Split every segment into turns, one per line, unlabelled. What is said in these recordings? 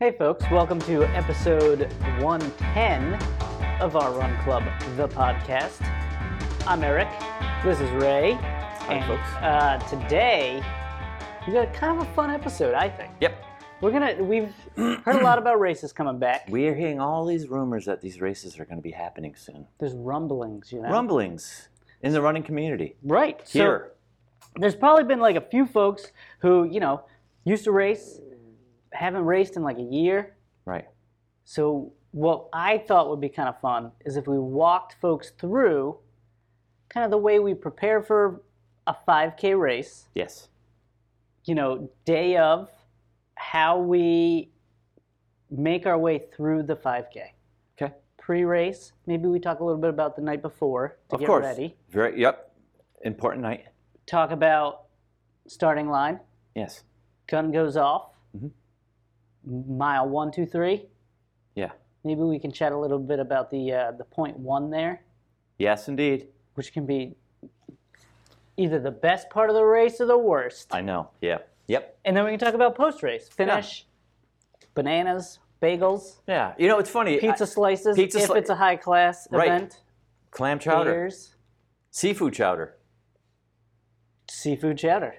Hey, folks, welcome to episode 110 of our Run Club, the podcast. I'm Eric. This is Ray. Hi, and,
folks.
Uh, today, we got kind of a fun episode, I think.
Yep.
We're gonna. We've heard a lot about races coming back.
We are hearing all these rumors that these races are going to be happening soon.
There's rumblings, you know.
Rumblings in the running community.
right. so-
Here.
there's probably been like a few folks who you know used to race haven't raced in like a year
right.
so what i thought would be kind of fun is if we walked folks through kind of the way we prepare for a 5k race
Yes.
you know day of how we make our way through the 5k
Okay.
pre-race maybe we talk a little bit about the night before to
of
get
course.
ready
Very. Yep. Important night.
talk about starting line
Yes.
gun goes off,
Mhm. Mm-hmm.
mile one, two, three.
Yeah.
Maybe we can chat a little bit about the uh, the point one there,
Yes, indeed.
which can be either the best part of the race or the worst.
I know. Yeah. Yep.
And then we can talk about post race finish, bananas, bagels,
Yeah. You know, it's funny.
pizza
I-
slices.
pizza
if
sli-
it's a high class
Right.
event,
clam chowder,
beers,
seafood chowder.
seafood chowder,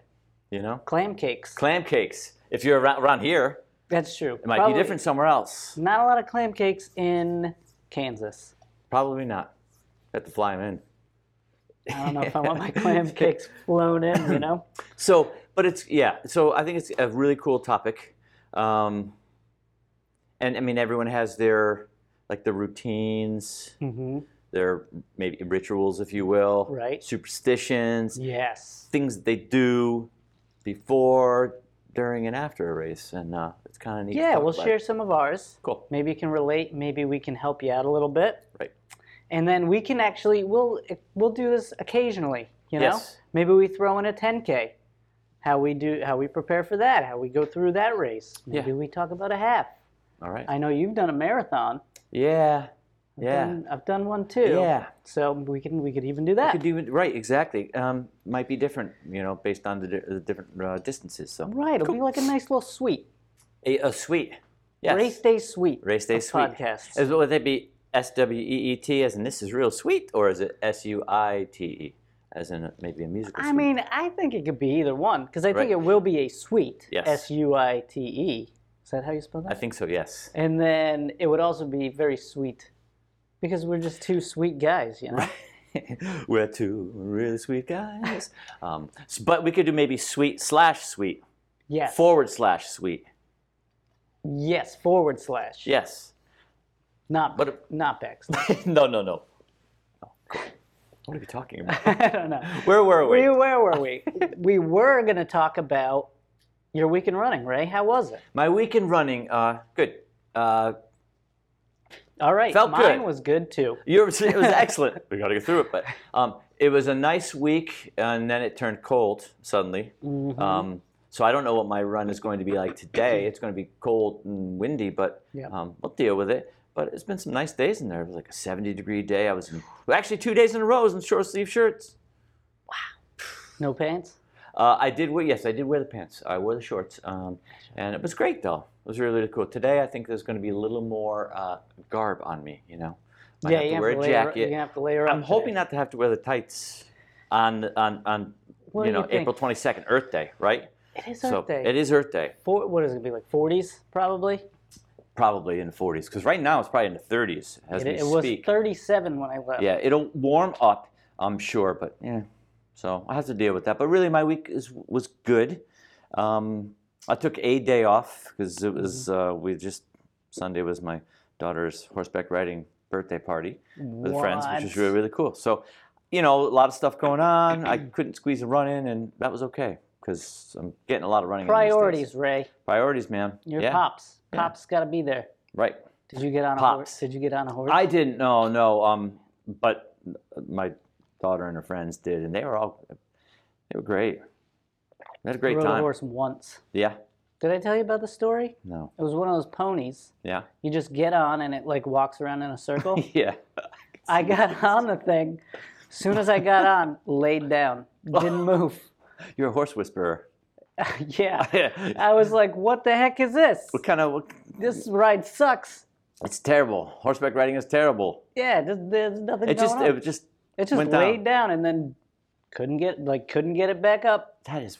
You know,
clam cakes.
clam cakes. If you're around, around here,
That's true.
it might
Probably
be different somewhere else.
Not a lot of clam cakes in Kansas.
Probably not. Have to fly them in.
I don't know if I want my clam cakes flown in, you know?
So, but it's yeah. So I think it's a really cool topic, um, and I mean everyone has their like their routines,
hmm
their maybe rituals, if you will,
Right.
Superstitions,
Yes.
things that they do before, during, and after a race, and uh, it's kind of neat. to
Yeah,
talk
we'll
about.
share some of ours.
Cool.
Maybe you can relate. Maybe we can help you out a little bit.
Right.
And then we can actually we'll we'll do this occasionally. You know,
Yes.
maybe we throw in a 10k. How we do, how we prepare for that, how we go through that race.
Yeah.
Maybe we talk about a half.
All right.
I know you've done a marathon.
yeah. Yeah.
and I've done one too.
Yeah.
So we can we could even do that.
Could do it- right. Exactly. Um, might be different, you know, based on the, di- the different uh, distances. So
right. It'll be like a nice little suite.
a, a suite. Yes.
Race day suite.
Race Day
of
Sweet.
podcasts.
Is, would that be S W E E T as in this is real sweet, or is it S U I T E as in maybe a musical?
I
suite?
mean, I think it could be either one because I think
Right.
it will be a suite.
Yes.
S U I T E. Is that how you spell
I
that?
think so. Yes.
and then it would also be very sweet because we're just two sweet guys, you know?
We're two really sweet guys. Um, s- but we could do maybe sweet slash sweet
Yes.
forward slash sweet.
yes, forward slash.
Yes.
Not,
But
not back.
no, no, no. No, cool. What are we talking about?
I don't know.
Where were we?
We, where were we? we were going to talk about your week in running, Ray. How was it?
My weekend running. Uh, good. Uh,
All right.
Felt
Mine
good.
was good too.
Yours- it was excellent. we got to get through it, but um, it was a nice week, and then it turned cold suddenly. Um, so I don't know what my run is going to be like today. It's going to be cold and windy, but
Yep.
um, we'll deal with it. But it's been some nice days in there. It was like a 70 degree day. I was in, well, actually two days in a row. I was in short sleeve shirts.
No pants?
Uh, I did wear yes, I did wear the pants. I wore the shorts, um, and it was great though. It was really, really cool. Today I think there's going to be a little more uh, garb on me. You know, I have
you
to wear a
layer,
jacket.
You're going to have to layer up
I'm hoping
today.
not to have to wear the tights on on on
What
you
do you
know
think?
April 22nd Earth Day, right?
It is
so
Earth Day.
it is Earth Day,
Four, what is it going to be like 40s probably?
probably in the 40s because right now it's probably in the 30s as
It,
we
it was
speak.
37 when I left.
yeah, it'll warm up, I'm sure, but yeah. So I have to deal with that. But really, my week is was good. Um, I took a day off because it was
Mm-hmm.
uh, we just Sunday was my daughter's horseback riding birthday party. with friends, which is
What?
really really cool. So, you know, a lot of stuff going on. I couldn't squeeze a run in, and that was okay because I'm getting a lot of running. in these days.
Priorities, Ray.
priorities, man.
Your
yeah,
pops. Pops got to be there.
right.
Did you get on a horse?
Pops.
Did you get on a horse?
I didn't. No, no. Um, but my daughter and her friends did, and they were all they were great. They had a great
rode a
time.
horse once.
Yeah.
Did I tell you about the story?
No.
It was one of those ponies.
Yeah.
You just get on and it like walks around in a circle.
Yeah.
I got on the thing. Soon as I got on, laid down, didn't move.
You're a horse whisperer.
yeah.
what
I was like, what the heck is this?
kind of? What,
This ride sucks.
it's terrible. Horseback riding is terrible.
Yeah, there's, there's nothing
It
going
just,
on.
it just.
It just
went
laid down. and then couldn't get like couldn't get it back up.
That is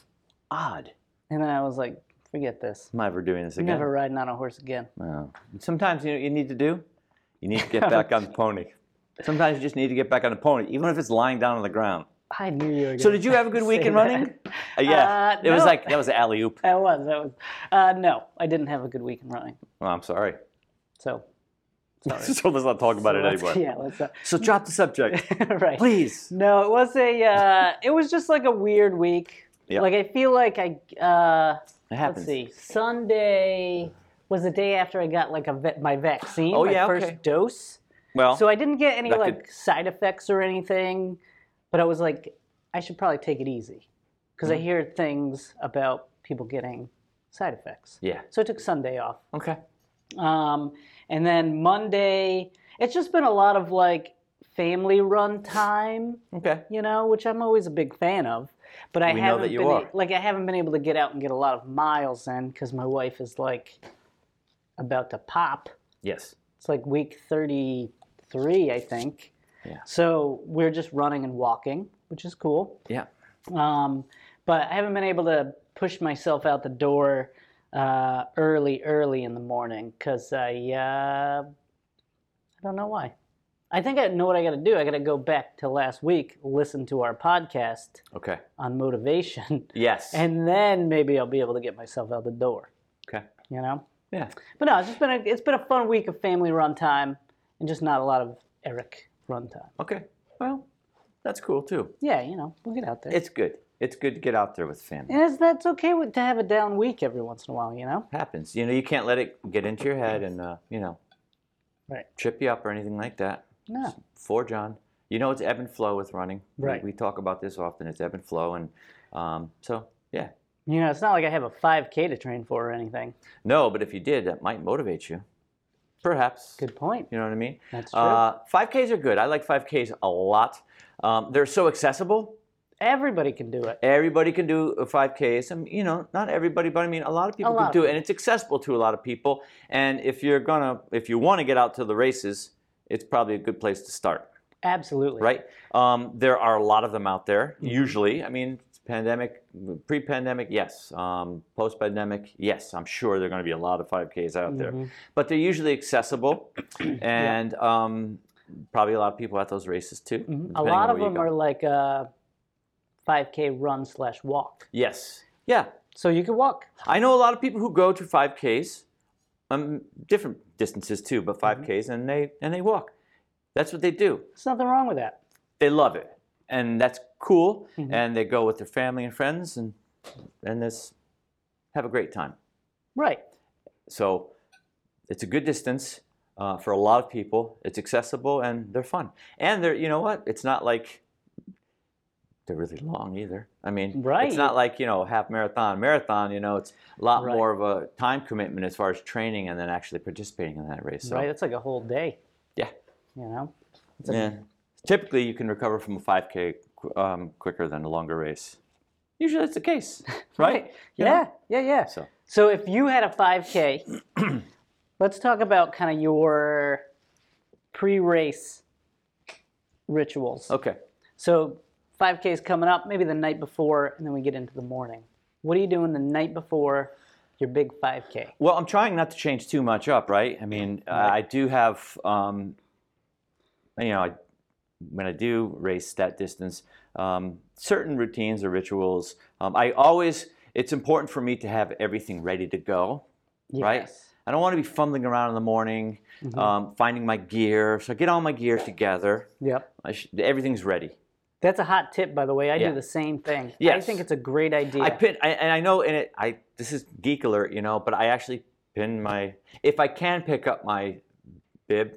odd.
And then I was like, forget this.
I'm never doing this
I'm
again.
never riding on a horse again.
No. Sometimes you know what you need to do. You need to get back on the pony. Sometimes you just need to get back on the pony, even if it's lying down on the ground.
I knew you were.
So
gonna
did you have a good week
say
in running?
that.
Uh, yeah,
Uh,
it was
no.
like that was an alley oop.
That was that was. Uh, no, I didn't have a good week in running.
Oh, I'm sorry.
So
so let's not talk about it
let's-
anymore.
Yeah, let's. Uh,
So drop the subject,
right.
please.
No, it was a. Uh, it was just like a weird week.
Yeah.
Like I feel like I. Uh,
It
let's
happens.
see. Sunday was the day after I got like a vet, my vaccine,
Oh,
my
yeah,
first
okay.
dose.
Well,
So I didn't get any
That could-
like side effects or anything, but I was like, I should probably take it easy because
Mm.
I hear things about people getting side effects.
yeah.
So I took Sunday off,
Okay.
um, and then Monday. It's just been a lot of like family run time,
Okay.
you know, which I'm always a big fan of. But I
We know
haven't
that you
been a-
are.
like I haven't been able to get out and get a lot of miles in because my wife is like about to pop.
Yes.
It's like week 33, I think.
Yeah.
So we're just running and walking, which is cool.
Yeah.
Um, but I haven't been able to push myself out the door uh, early, early in the morning because I, uh, I don't know why. I think I know what I got to do. I got to go back to last week, listen to our podcast
Okay.
on motivation,
Yes.
and then maybe I'll be able to get myself out the door.
okay.
You know.
Yeah.
But no, it's just been a, it's been a fun week of family run time and just not a lot of Eric run time.
Okay. Well, that's cool too.
Yeah, you know, we'll get out there.
It's good. It's good to get out there with family.
and it's, that's okay with, to have a down week every once in a while, you know?
happens. You know, you can't let it get into your head and uh, you know,
Right.
trip you up or anything like that.
No.
For John, you know, it's ebb and flow with running. We-
Right.
We, talk about this often. It's ebb and flow, and um, so yeah.
You know, it's not like I have a 5K to train for or anything.
No, but if you did, that might motivate you. Perhaps.
Good point.
You know what I mean?
That's true.
Uh, 5Ks are good. I like 5Ks a lot. Um, they're so accessible.
Everybody can do it.
Everybody can do a 5Ks. And, you know, not everybody, but I mean, a lot of people
lot
can
of
do it. And it's accessible to a lot of people. And if you're going to, if you want to get out to the races, it's probably a good place to start,
Absolutely.
right? Um, there are a lot of them out there,
Mm-hmm.
usually. I mean, it's pandemic, pre pandemic, yes. Um, Post pandemic, yes. I'm sure there are going to be a lot of 5Ks out
Mm-hmm.
there. But they're usually accessible. And, um, Probably a lot of people at those races too.
Mm-hmm. A
depending on
lot of
where you
them
go.
are like a 5K run slash walk.
Yes. Yeah.
So you can walk.
I know a lot of people who go to 5Ks, um, different distances too, but 5Ks, and they and they walk. That's what they do.
There's nothing wrong with that.
They love it, and that's cool. And they go with their family and friends, and and this have a great time.
Right.
So it's a good distance uh, for a lot of people. It's accessible and they're fun. And they're you know what? It's not like they're really long either. I mean,
Right.
it's not like you know half marathon, marathon. You know, it's a lot
Right.
more of a time commitment as far as training and then actually participating in that race. So
Right? That's like a whole day,
yeah,
you know?
yeah. Typically, you can recover from a 5K qu- um, quicker than a longer race. Usually, that's the case, right? You know?
Yeah, yeah, yeah.
So-
So, if you had a 5K, let's talk about kind of your pre-race rituals.
Okay.
So 5K is coming up, maybe the night before, and then we get into the morning. What are you doing the night before your big 5K?
Well, I'm trying not to change too much up, right? I mean, uh, I do have, um, you know, I, when I do race that distance, um, certain routines or rituals. Um, I always, it's important for me to have everything ready to go, right?
Yes.
I don't want to be fumbling around in the morning, um, finding my gear. So I get all my gear together.
Yep.
I sh- everything's ready.
That's a hot tip, by the way. I
Yeah.
do the same thing. I
Yes.
think it's a great idea.
I pin, I, and I know, and it, I this is geek alert, you know, but I actually pin my if I can pick up my bib,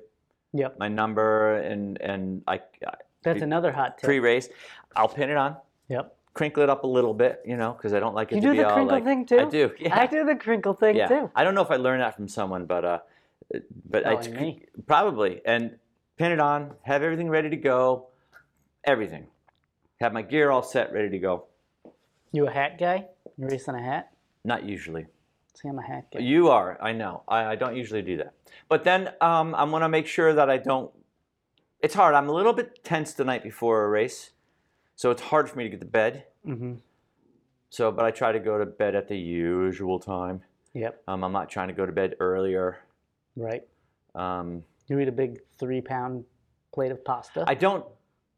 Yep.
my number, and and I
That's another hot tip.
pre race, I'll pin it on,
yep.
crinkle it up a little bit, you know, because I don't like it
You
to
do
be
the
all
crinkle
like
thing too?
I do, yeah,
I do the crinkle thing
yeah.
too. Oh,
I don't know if I learned that from someone, but uh, but I
Probably me.
probably and pin it on, have everything ready to go, everything, have my gear all set, ready to go.
You a hat guy? You racing a hat?
Not usually.
See, I'm a hat guy.
You are. I know. I, I don't usually do that. But then um, I'm gonna make sure that I don't. It's hard. I'm a little bit tense the night before a race, so it's hard for me to get to bed.
Mm-hmm.
So, but I try to go to bed at the usual time.
Yep.
Um, I'm not trying to go to bed earlier.
Right.
Um,
You eat a big three-pound plate of pasta.
I don't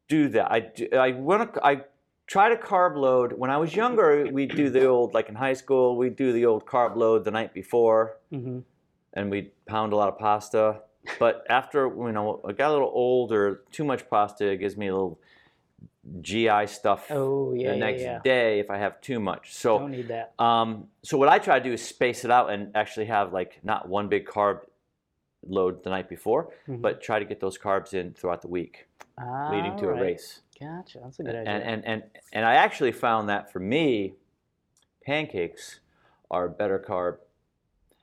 do that. I do, I want to. I try to carb load. When I was younger, we do the old like in high school. We do the old carb load the night before,
mm-hmm.
and we pound a lot of pasta. But after you know, I got a little older. Too much pasta gives me a little GI stuff
Oh yeah,
the
yeah,
next
yeah.
day if I have too much. So
Don't need that.
Um, so what I try to do is space it out and actually have like not one big carb load the night before,
Mhm.
but try to get those carbs in throughout the week, leading to a
Alright.
race.
Gotcha. That's a good
And,
idea.
and and and I actually found that for me, pancakes are better carb,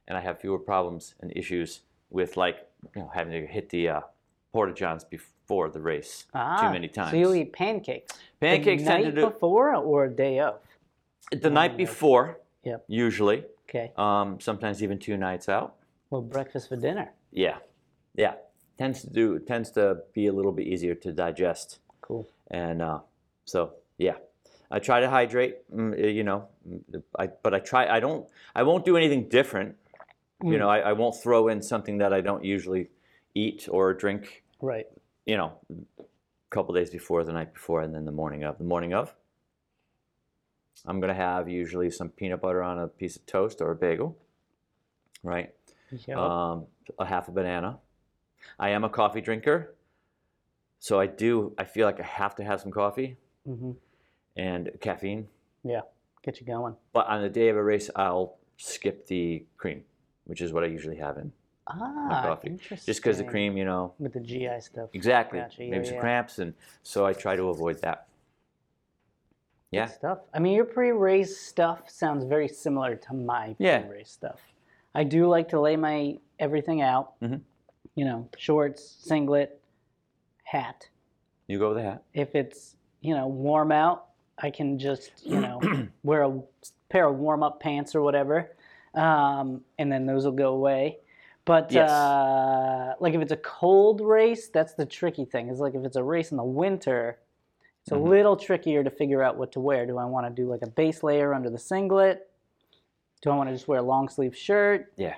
and I have fewer problems and issues with like you know having to hit the uh, porta johns before the race
ah,
too many times.
So you eat pancakes. the
pancakes
night
tend to do
before or day of.
the night before,
Yep.
usually,
Okay.
um, sometimes even two nights out.
Well, breakfast for dinner.
Yeah, yeah. Tends to do tends to be a little bit easier to digest,
Cool.
and uh, so yeah, I try to hydrate. mm, uh, You know, mm, I but I try. I don't. I won't do anything different. You
Mm.
know, I, I won't throw in something that I don't usually eat or drink.
Right.
You know, a couple days before, the night before, and then the morning of. The morning of. I'm gonna have usually some peanut butter on a piece of toast or a bagel, right?
Yep.
um, a half a banana. I am a coffee drinker, so I do. I feel like I have to have some coffee
mm-hmm.
and caffeine.
Yeah. Get you going.
But on the day of a race, I'll skip the cream, which is what I usually have in,
Ah,
coffee.
Interesting.
just because the cream, you know,
with the GI stuff.
exactly
Gotcha, yeah,
maybe some
yeah.
cramps, and so I try to avoid that. Yeah,
stuff. I mean, your pre-race stuff sounds very similar to my
Yeah.
pre-race stuff. I do like to lay my everything out.
Mhm.
You know, shorts, singlet, hat.
you go with the hat.
If it's you know warm out, I can just you know wear a pair of warm-up pants or whatever, um, and then those will go away. But
Yes.
uh, like if it's a cold race, that's the tricky thing. Is like if it's a race in the winter, it's a
Mhm.
little trickier to figure out what to wear. Do I want to do like a base layer under the singlet? Do I want to just wear a long sleeve shirt?
Yeah,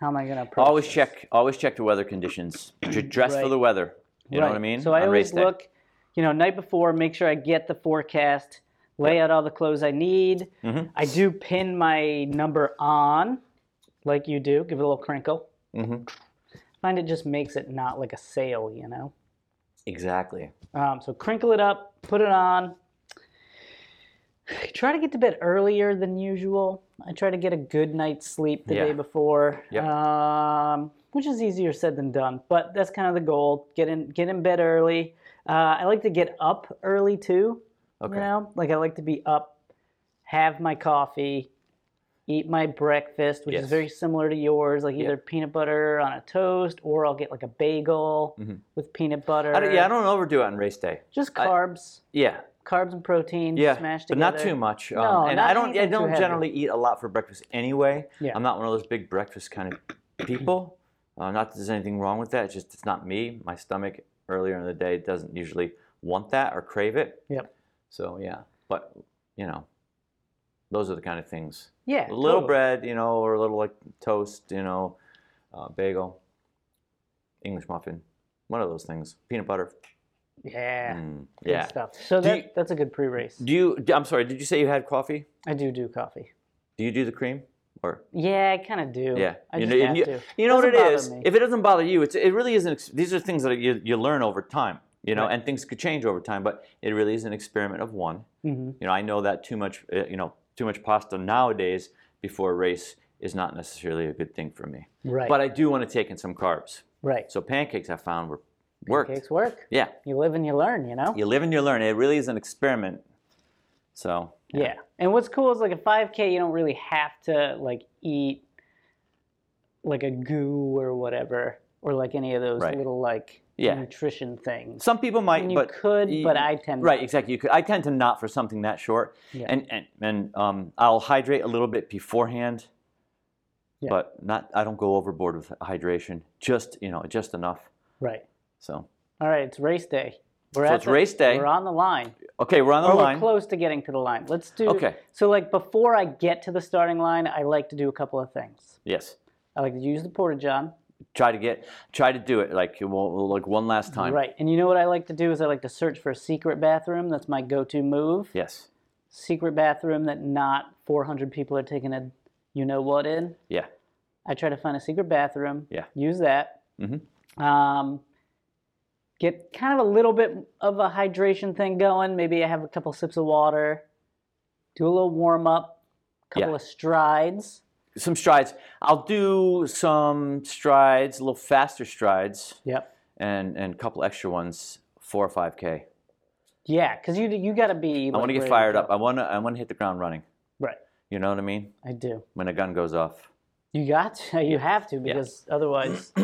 How am I gonna approach
always
this?
check. Always check the weather conditions. Dr- Dress for
Right.
the weather. You know what I
Right.
mean?
So I
On
always
race day.
look, you know, night before, make sure I get the forecast, lay out all the clothes I need.
Mhm.
I do pin my number on, like you do, give it a little crinkle.
Mhm.
find it just makes it not like a sale, you know?
Exactly.
Um, so crinkle it up, put it on. Try to get to bed earlier than usual. I try to get a good night's sleep the
Yeah.
day before,
Yep.
um, which is easier said than done. But that's kind of the goal. Get in, get in bed early. Uh, I like to get up early too.
Okay.
You know, like I like to be up, have my coffee, eat my breakfast, which
Yes.
is very similar to yours. Like
Yep.
either peanut butter on a toast, or I'll get like a bagel
Mhm.
with peanut butter.
I don't, yeah, I don't overdo it on race day.
Just
I-
carbs,
Yeah,
carbs and protein
yeah,
smashed
but
together.
not too much. Um,
No,
and
not
I don't. I
anything too
don't
heavy.
generally eat a lot for breakfast anyway.
Yeah.
I'm not one of those big breakfast kind of people. Uh, not that there's anything wrong with that. It's just it's not me. My stomach earlier in the day doesn't usually want that or crave it.
Yep.
So yeah, but you know, those are the kind of things.
Yeah.
A little
totally.
bread, you know, or a little like toast, you know, uh, bagel, English muffin, one of those things, peanut butter.
Yeah.
Mm,
Good
yeah.
stuff. So
Do
that,
you-
that's a good pre-race.
Do you? d- I'm sorry. Did you say you had coffee?
I do do coffee.
Do you do the cream? Or
Yeah, I kind of do.
yeah,
I
you
just
know, and
have
you,
to.
you know what it
Doesn't bother
is.
me.
If it doesn't bother you, it's it really isn't. ex- These are things that you you learn over time, you know,
Right.
and things could change over time. But it really is an experiment of one.
hmm
You know, I know that too much. uh, You know, too much pasta nowadays before a race is not necessarily a good thing for me.
Right.
But I do want to take in some carbs.
right.
So pancakes I found were worked.
Pancakes work.
Yeah,
You live and you learn, you know?
you live and you learn. It really is an experiment. So
Yeah. And what's cool is like a 5K, you don't really have to like eat like a goo or whatever. or like any of those
Right.
little like
Yeah.
nutrition things.
Some people might,
And you
but
could,
y-
but I tend
right exactly. You could. I tend to not for something that short,
Yeah.
and and and um, I'll hydrate a little bit beforehand,
Yeah.
but not. I don't go overboard with hydration. Just you know, just enough.
Right.
So
All right, it's race day. We're
so
at
it's
the-
race day.
We're on the line.
okay, we're on the
Or
line.
Oh, we're close to getting to the line. Let's do
Okay.
So like before I get to the starting line, I like to do a couple of things.
Yes.
I like to use the porta john.
Try to get. Try to do it like well, like one last time.
Right. And you know what I like to do is I like to search for a secret bathroom. That's my go-to move.
Yes.
Secret bathroom that not 400 people are taking a you know what in.
Yeah.
I try to find a secret bathroom.
Yeah.
Use that.
Mhm.
Um, get kind of a little bit of a hydration thing going. Maybe I have a couple sips of water. Do a little warm up. Couple
Yeah.
of strides.
Some strides. I'll do some strides, a little faster strides,
Yep.
and and a couple extra ones, four or five k.
Yeah, because you you gotta be.
I want to get fired up. I want to. I want to hit the ground running.
Right.
You know what I mean?
I do.
When a gun goes off.
You got to. You have to because otherwise,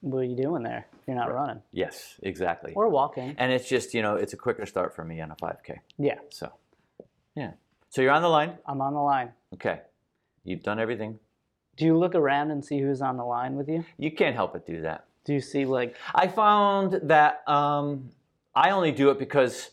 what are you doing there? You're not running
Yes, exactly.
or walking.
And it's just you know it's a quicker start for me on a five k.
Yeah,
So, yeah. So you're on the line.
I'm on the line.
Okay. You've done everything.
Do you look around and see who's on the line with you?
You can't help but do that.
Do you see like
I found that um, I only do it because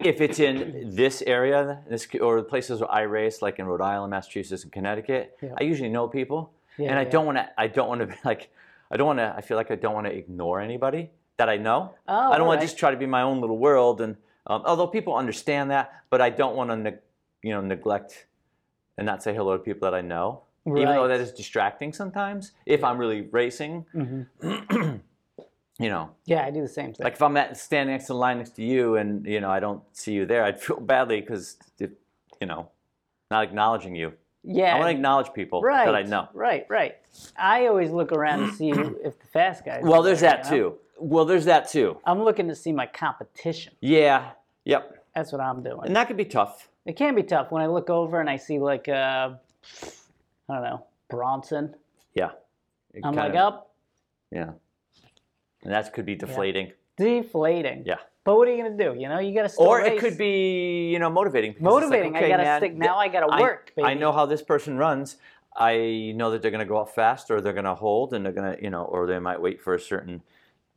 if it's in this area, this or the places where I race, like in Rhode Island, Massachusetts, and Connecticut,
Yeah.
I usually know people,
Yeah,
and I
yeah.
don't want to. I don't want to like. I don't want to. I feel like I don't want to ignore anybody that I know.
Oh,
I don't want
alright.
to just try to be my own little world, and um, although people understand that, but I don't want to, neg you know, neglect and not say hello to people that I know, even though
Right.
that is distracting sometimes. If I'm really racing, you know,
Mm-hmm. yeah, I do the same thing.
like if I'm at, standing next to the line next to you and, you know, I don't see you there, I'd feel badly because, you know, not acknowledging you.
yeah,
I want to acknowledge people
right.
that I know.
Right, right. I always look around to see if the fast guys.
Well,
are
there's
there,
that
you know?
too. Well, there's that too.
I'm looking to see my competition.
Yeah. Yep.
That's what I'm doing.
And that could be tough.
It can be tough when I look over and I see like uh, I don't know Bronson.
Yeah. It
I'm
kinda-
like oh. up
Yeah. And that could be deflating.
deflating.
Yeah.
But what are you gonna do? You know, you gotta. Still
Or it
race.
could be, you know, motivating. because it's like,
motivating.
okay,
I gotta
man,
stick.
th-
Now I gotta
I-
work.
I,
baby.
know how this person runs. I know that they're going to go out fast, or they're going to hold, and they're going to, you know, or they might wait for a certain,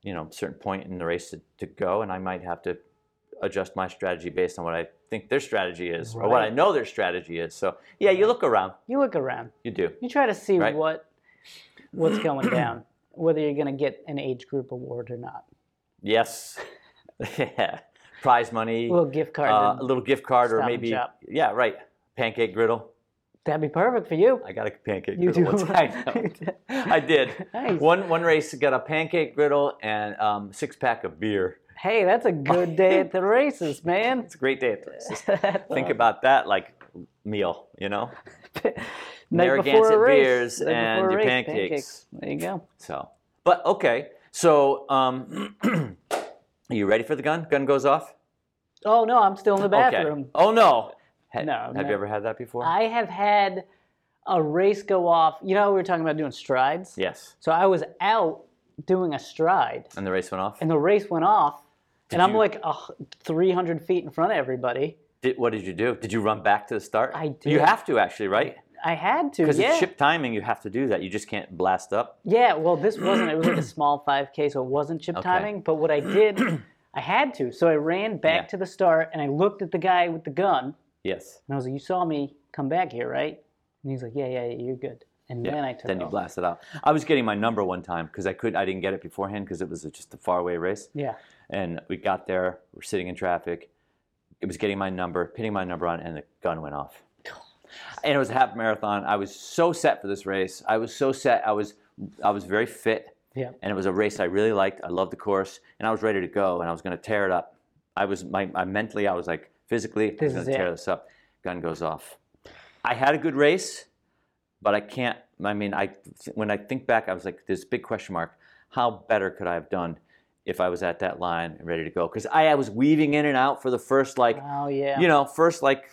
you know, certain point in the race to, to go, and I might have to adjust my strategy based on what I think their strategy is, or what I
Right.
know their strategy is. So yeah, you look around,
You look around.
you do.
You try to see
Right.
what what's going down. Whether you're gonna get an age group award or not.
Yes, yeah, prize money,
A little gift card.
uh,
to-
a little gift card, or
Stop and
maybe
shop.
yeah, right, pancake griddle.
That'd be perfect for you.
I got a pancake
You
griddle.
do?
One time. I did.
Nice.
One one race got a pancake griddle and um, six pack of beer.
Hey, that's a good day at the races, man.
It's a great day. at the races.
Uh.
Think about that like meal, you know?
Night before
Narragansett
a race.
beers
night
and
before a
your
race,
pancakes.
There you go.
So, but okay. So, um, are you ready for the gun? Gun goes off.
Oh no, I'm still in the bathroom.
Okay. Oh no. Ha-
No,
Have
no.
you ever had that before?
I have had a race go off. You know, how we were talking about doing strides.
yes.
So I was out doing a stride,
And the race went off.
and the race went off, and I'm
you-
like uh, 300 feet in front of everybody.
Did, what did you do? Did you run back to the start?
I
You
did.
have to actually, right?
I had to.
Because
Yeah.
it's chip timing. You have to do that. You just can't blast up.
yeah. Well, this wasn't. It was like a small 5K, so it wasn't chip timing. But what I did, I had to. So I ran back
Yeah.
to the start, and I looked at the guy with the gun.
Yes.
And I was like, "You saw me come back here, right?" And he's like, "Yeah, yeah, yeah you're good." And then I took
then you
off.
blast it out. I was getting my number one time because I could I didn't get it beforehand because it was just a faraway race.
Yeah.
And we got there, we're sitting in traffic. It was getting my number, pinning my number on, and the gun went off. And it was a half marathon. I was so set for this race. I was so set. I was I was very fit,
Yeah.
and it was a race I really liked. I loved the course, and I was ready to go, and I was going to tear it up. I was my, I mentally, I was like physically, I was
This is
going to tear
it.
this up. Gun goes off. I had a good race, but I can't. I mean, I when I think back, I was like, this big question mark. How better could I have done if I was at that line and ready to go? Because I, I was weaving in and out for the first like,
Oh yeah.
you know, first like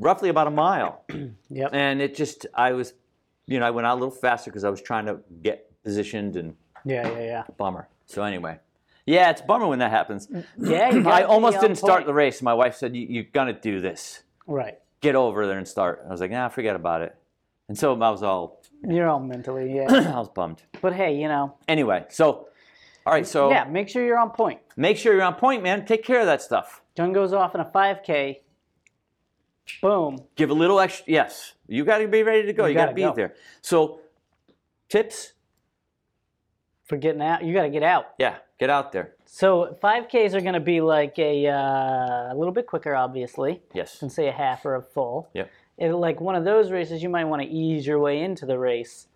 roughly about a mile,
Yep.
and it just I was, you know, I went out a little faster because I was trying to get positioned and
Yeah, yeah, yeah.
Bummer. So anyway, yeah, it's a bummer when that happens.
Yeah, you
I
Mm. gotta be
almost
on
didn't start
point.
the race. My wife said, you, "You're gonna do this.
Right.
Get over there and start." I was like, "Nah, forget about it." And so I was all,
You're all mentally, yeah.
I was bummed.
but hey, you know,
Anyway, so all right, so
yeah, make sure you're on point.
make sure you're on point, man. Take care of that stuff.
Gun goes off in a 5K. Boom.
Give a little extra. Yes, you got to be ready to go. You, got to
gotta
be
go.
there. So, tips.
For getting out, you got to get out.
Yeah, get out there.
So 5Ks are going to be like a, uh, a little bit quicker, obviously,
Yes.
than say a half or a full.
Yep.
It, like one of those races, you might want to ease your way into the race.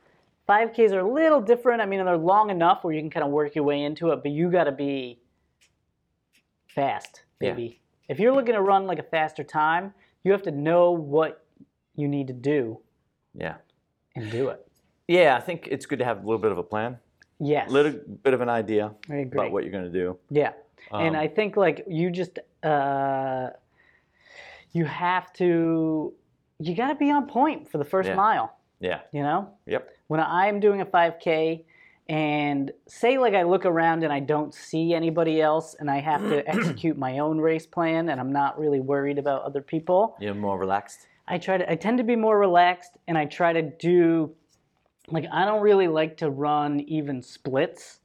5Ks are a little different. I mean, they're long enough where you can kind of work your way into it, but you got to be fast,
Yeah.
baby. If you're looking to run like a faster time, you have to know what you need to do
Yeah.
and do it.
Yeah, I think it's good to have a little bit of a plan,
Yes.
a little bit of an idea
I agree.
about what you're going to do.
Yeah. and
Um,
I think like you just uh you have to you got to be on point for the first
Yeah.
mile,
Yeah.
you know?
Yep.
When I'm doing a 5k and say like I look around and I don't see anybody else and I have to execute my own race plan and I'm not really worried about other people,
You're more relaxed.
I try to I tend to be more relaxed and I try to do like I don't really like to run even splits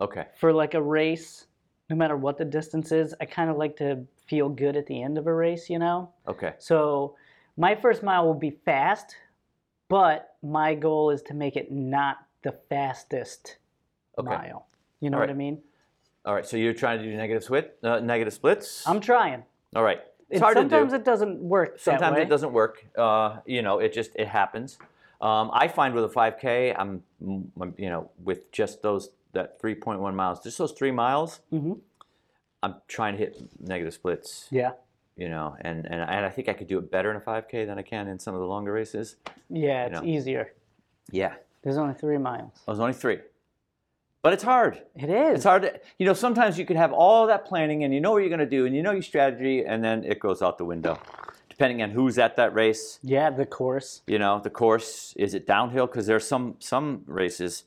Okay.
for like a race, no matter what the distance is, I kind of like to feel good at the end of a race, you know?
Okay.
So my first mile will be fast, but my goal is to make it not the fastest
Okay.
mile. You know
All
what I
right.
mean?
All right. So you're trying to do negative split, uh, negative splits.
I'm trying.
All right. It's
And
hard to do.
sometimes it doesn't work. that
sometimes
way.
it doesn't work. Uh, you know, it just it happens. Um, I find with a 5K, I'm m- m- you know with just those that 3.1 miles, just those three miles,
Mhm.
I'm trying to hit negative splits.
Yeah.
You know, and, and and I think I could do it better in a 5K than I can in some of the longer races.
Yeah, it's
know.
easier.
Yeah,
There's only three miles.
I was only three, but it's hard.
It is.
It's hard to you know. Sometimes you can have all that planning and you know what you're going to do and you know your strategy, and then it goes out the window, depending on who's at that race.
Yeah, the course.
you know the course is it downhill because there's some some races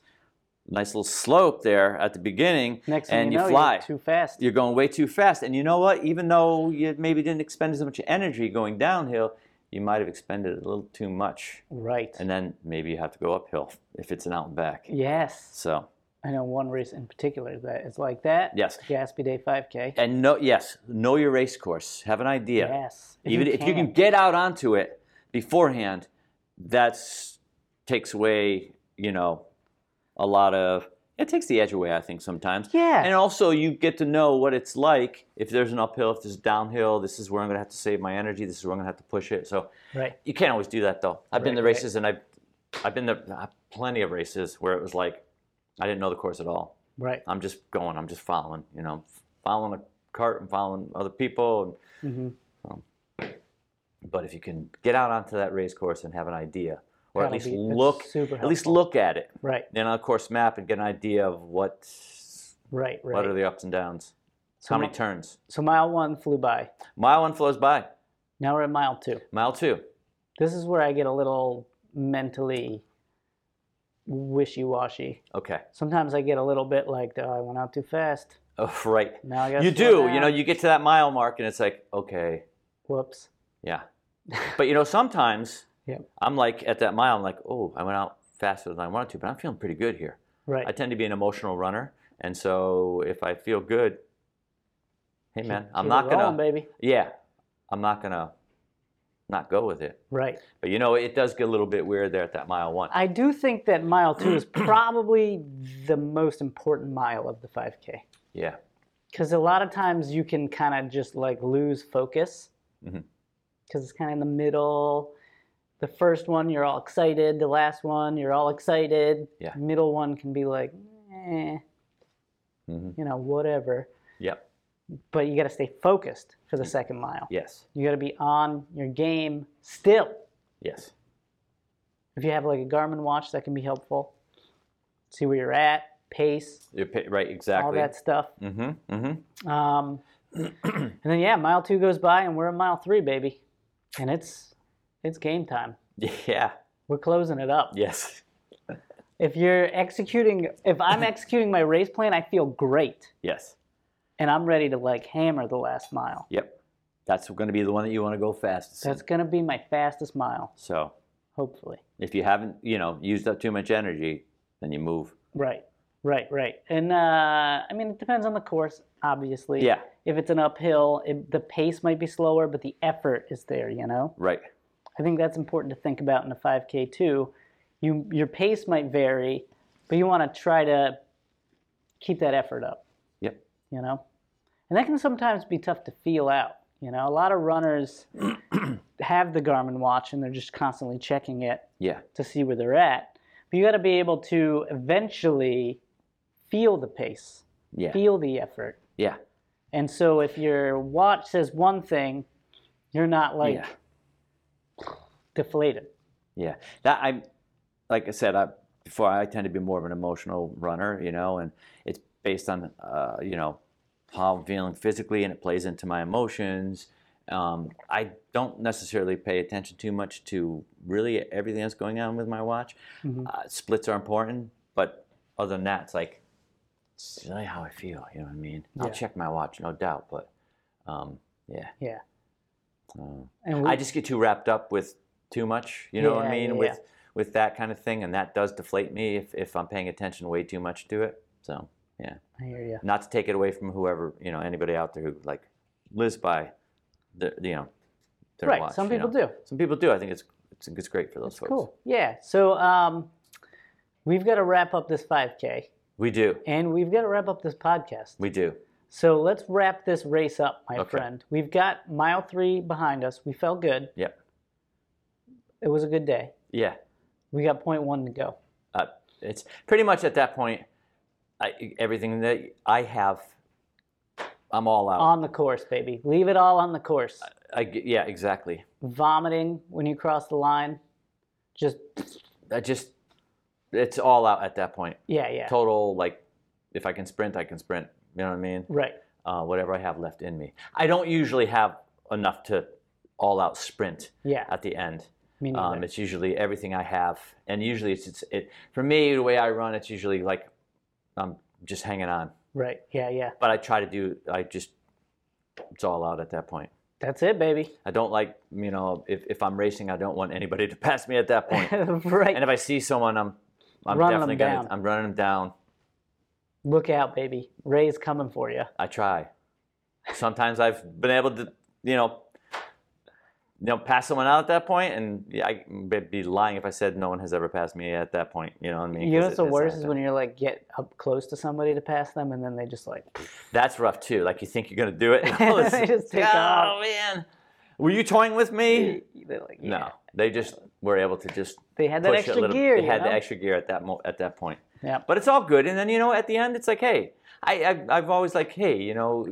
nice little slope there at the beginning
Next thing
and
you know,
fly
you're too fast.
You're going way too fast and you know what even though you maybe didn't expend as much energy going downhill you might have expended a little too much
Right.
and then maybe you have to go uphill if it's an out and back
Yes.
so
I know one race in particular that is like that.
Yes.
Gaspy Day 5K.
and no yes know your race course have an idea
Yes.
even if you can get out onto it beforehand that's takes away you know a lot of it takes the edge away i think sometimes
Yeah.
and also you get to know what it's like if there's an uphill if there's a downhill this is where i'm going to have to save my energy this is where i'm going to have to push it so
Right.
you can't always do that though i've been
Right,
to
right.
races and i've i've been to uh, plenty of races where it was like i didn't know the course at all
Right.
i'm just going i'm just following you know following a cart and following other people and
hmm
but if you can get out onto that race course and have an idea or at
That'll
least
be- that's
look
super
at least
helpful.
look at it
Right.
and on a course map and get an idea of what
Right. Right.
what are the ups and downs
so,
how many
mi-
turns
so mile one flew by.
mile one flows by
Now we're at mile two.
mile two
This is where I get a little mentally wishy-washy.
okay
Sometimes I get a little bit like, oh, I went out too fast.
oh right
Now I got
you do you know you get to that mile mark and it's like okay
Whoops.
yeah but you know sometimes
Yep.
i'm like at that mile i'm like oh i went out faster than i wanted to but i'm feeling pretty good here
Right.
I tend to be an emotional runner, and so if I feel good, hey man, I'm
Keep it
not gonna,
rolling, baby.
yeah, I'm not gonna, not go with it.
Right.
But you know, it does get a little bit weird there at that mile one.
I do think that mile two is probably the most important mile of the 5K.
yeah,
because a lot of times you can kind of just like lose focus because
Mhm.
it's kind of in the middle the first one you're all excited the last one you're all excited
Yeah.
middle one can be like eh,
hmm
you know whatever
yep,
but you got to stay focused for
Mm-hmm.
the second mile
yes,
you got to be on your game still
yes,
if you have like a garmin watch that can be helpful see where you're at pace
You're pa- right, exactly.
all that stuff
Mm-hmm, mm-hmm.
Um, and then yeah, mile two goes by, and we're at mile three, baby, and it's it's game time.
Yeah,
We're closing it up.
yes,
if you're executing, if I'm executing my race plan, I feel great,
Yes.
and I'm ready to like hammer the last mile.
Yep. That's going to be the one that you want to go fastest. in.
That's gonna be my fastest mile,
so
hopefully.
if you haven't, you know, used up too much energy, then you move.
Right, right, right. And uh, I mean, it depends on the course, obviously.
Yeah.
If it's an uphill, it, the pace might be slower, but the effort is there. You know,
Right.
I think that's important to think about in a 5K too. You your pace might vary, but you want to try to keep that effort up.
Yep.
you know and that can sometimes be tough to feel out you know a lot of runners have the garmin watch and they're just constantly checking it
Yeah.
to see where they're at but you got to be able to eventually feel the pace
Yeah.
feel the effort
Yeah.
and so if your watch says one thing you're not like
Yeah.
deflated
Yeah, that I'm like I said I, before. I tend to be more of an emotional runner, you know, and it's based on uh, you know how I'm feeling physically, and it plays into my emotions. Um, I don't necessarily pay attention too much to really everything that's going on with my watch.
Mm-hmm.
Uh, splits are important, but other than that, it's like it's really how I feel. You know what I mean? I'll
Yeah.
check my watch, no doubt, but um, yeah.
yeah
Um,
and we,
I just get too wrapped up with too much, you know what I
Yeah,
mean,
yeah,
with
yeah.
with that kind of thing, and that does deflate me if, if I'm paying attention way too much to it. So yeah,
I hear you
not to take it away from whoever you know anybody out there who like lives by the you know their
right
watch,
some
you
people
know.
do
Some people do. I think it's it's, it's great for those folks.
cool yeah so um, we've got to wrap up this 5k
We do,
And we've got to wrap up this podcast.
we do.
So let's wrap this race up, my
Okay.
friend. We've got mile three behind us. We felt good.
Yep.
It was a good day.
Yeah,
We got point one to go.
uh, it's pretty much at that point. I, everything that I have, I'm all out.
On the course, baby. Leave it all on the course.
I g yeah, exactly.
Vomiting when you cross the line. Just,
I just, it's all out at that point.
yeah, yeah.
total like if i can sprint i can sprint you know what i mean
Right.
uh, whatever i have left in me i don't usually have enough to all out sprint
Yeah.
at the end
Me neither.
um, it's usually everything i have and usually it's, it's it for me the way i run it's usually like i'm just hanging on
right. Yeah, yeah.
but i try to do i just it's all out at that point
That's it, baby.
i don't like you know if, if i'm racing i don't want anybody to pass me at that point
right.
and if i see someone i'm i'm
Running 'em
definitely gonna
down.
i'm running them down
Look out, baby. Ray's coming for you.
I try. Sometimes I've been able to, you know, you know, pass someone out at that point, and yeah, I would be lying if I said no one has ever passed me at that point. You know what I mean?
You know
'Cause
what's
it-
the
it's
worst
not
is
that-
when you're like get up close to somebody to pass them and then they just like
that's rough too. Like you think you're gonna do it, and all of a
They just
sudden,
take
oh
off."
man, were you toying with me?
They're like, yeah.
No, they just were able to just
They had that
push
extra
it a little,
gear.
They
you
had
know?
the extra gear at that mo- at that point.
Yeah.
But it's all good, and then you know, at the end, it's like, hey, I, I I've always like, hey, you know,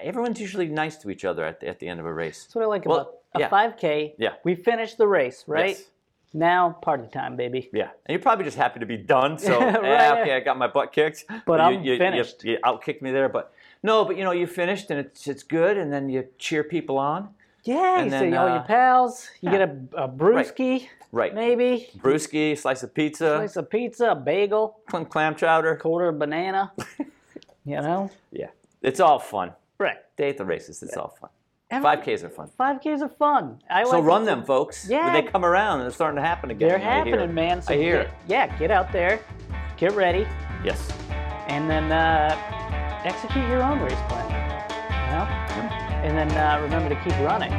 everyone's usually nice to each other at the, at the end of a race.
That's what I like
Well,
about a
yeah.
5K.
Yeah.
We finished the race, right?
Yes.
Now party time, baby.
Yeah, and you're probably just happy to be done. So
Right.
"Eh, okay, I got my butt kicked.
But
You-
I'm
you, you,
finished.
You, outkicked me there, but no, but you know you finished, and it's it's good, and then you cheer people on.
Yeah. You
And
see
then,
all
uh,
your pals. You get a, a brewski,
Right,
maybe.
brewski, slice of pizza,
Slice of pizza, a bagel,
clam, clam chowder.
quarter of banana. you know.
Yeah, it's all fun.
Right.
Day at the races, it's all fun.
Every-
Five Ks are fun.
5Ks are fun. I
So
like
run them, folks.
Yeah.
they come around, and it's starting to happen again.
They're
I hear.
happening, man. So
I hear.
Get, yeah. Get out there. Get ready,
Yes.
and then uh, execute your own race plan. You know.
Yep.
And then uh, remember to keep running.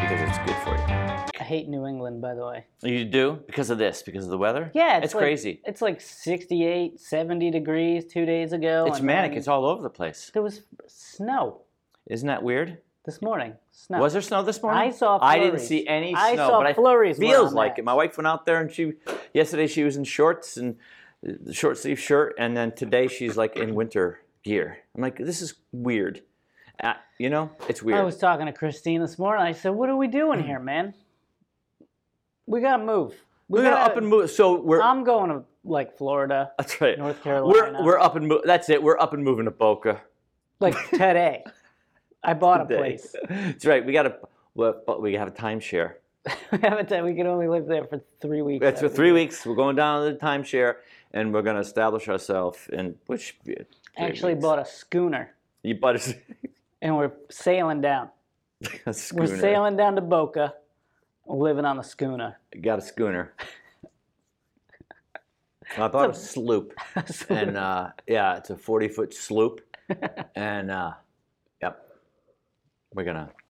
Because it's good for you.
I hate New England, by the way.
You do because of this, because of the weather.
Yeah,
it's,
like-
crazy.
It's like 68, 70 degrees two days ago.
It's
and
manic.
then
It's all over the place.
there was snow
Isn't that weird?
this morning. Snow.
Was there snow this morning?
Uh, I saw
I didn't
flurries.
see any snow,
I saw
but
flurries
I
where
feels
I'm
like
at.
it. My wife went out there and she yesterday she was in shorts and uh, short sleeve shirt, and then today she's like in winter gear. I'm like, this is weird. Uh, you know, it's weird.
I was talking to Christine this morning. I said, "What are we doing here, man? We gotta move.
we're gonna up and move. So we're
I'm going to like Florida,
that's right.
North Carolina.
We're we're up and move. That's it. We're up and moving to Boca.
like today. I bought a
today.
place.
That's right. We got to. But we have a timeshare.
habitat. We could only live there for three weeks.
That's for
after
three
that.
weeks. We're going down to the timeshare, and we're going to establish ourselves. And which uh, three
Actually,
weeks.
bought a schooner
you bought a,
and we're sailing down.
a schooner.
We're sailing down to Boca, living on the schooner.
Got a schooner. I bought a sloop, and uh, yeah, it's a forty-foot sloop, and uh, yep, we're gonna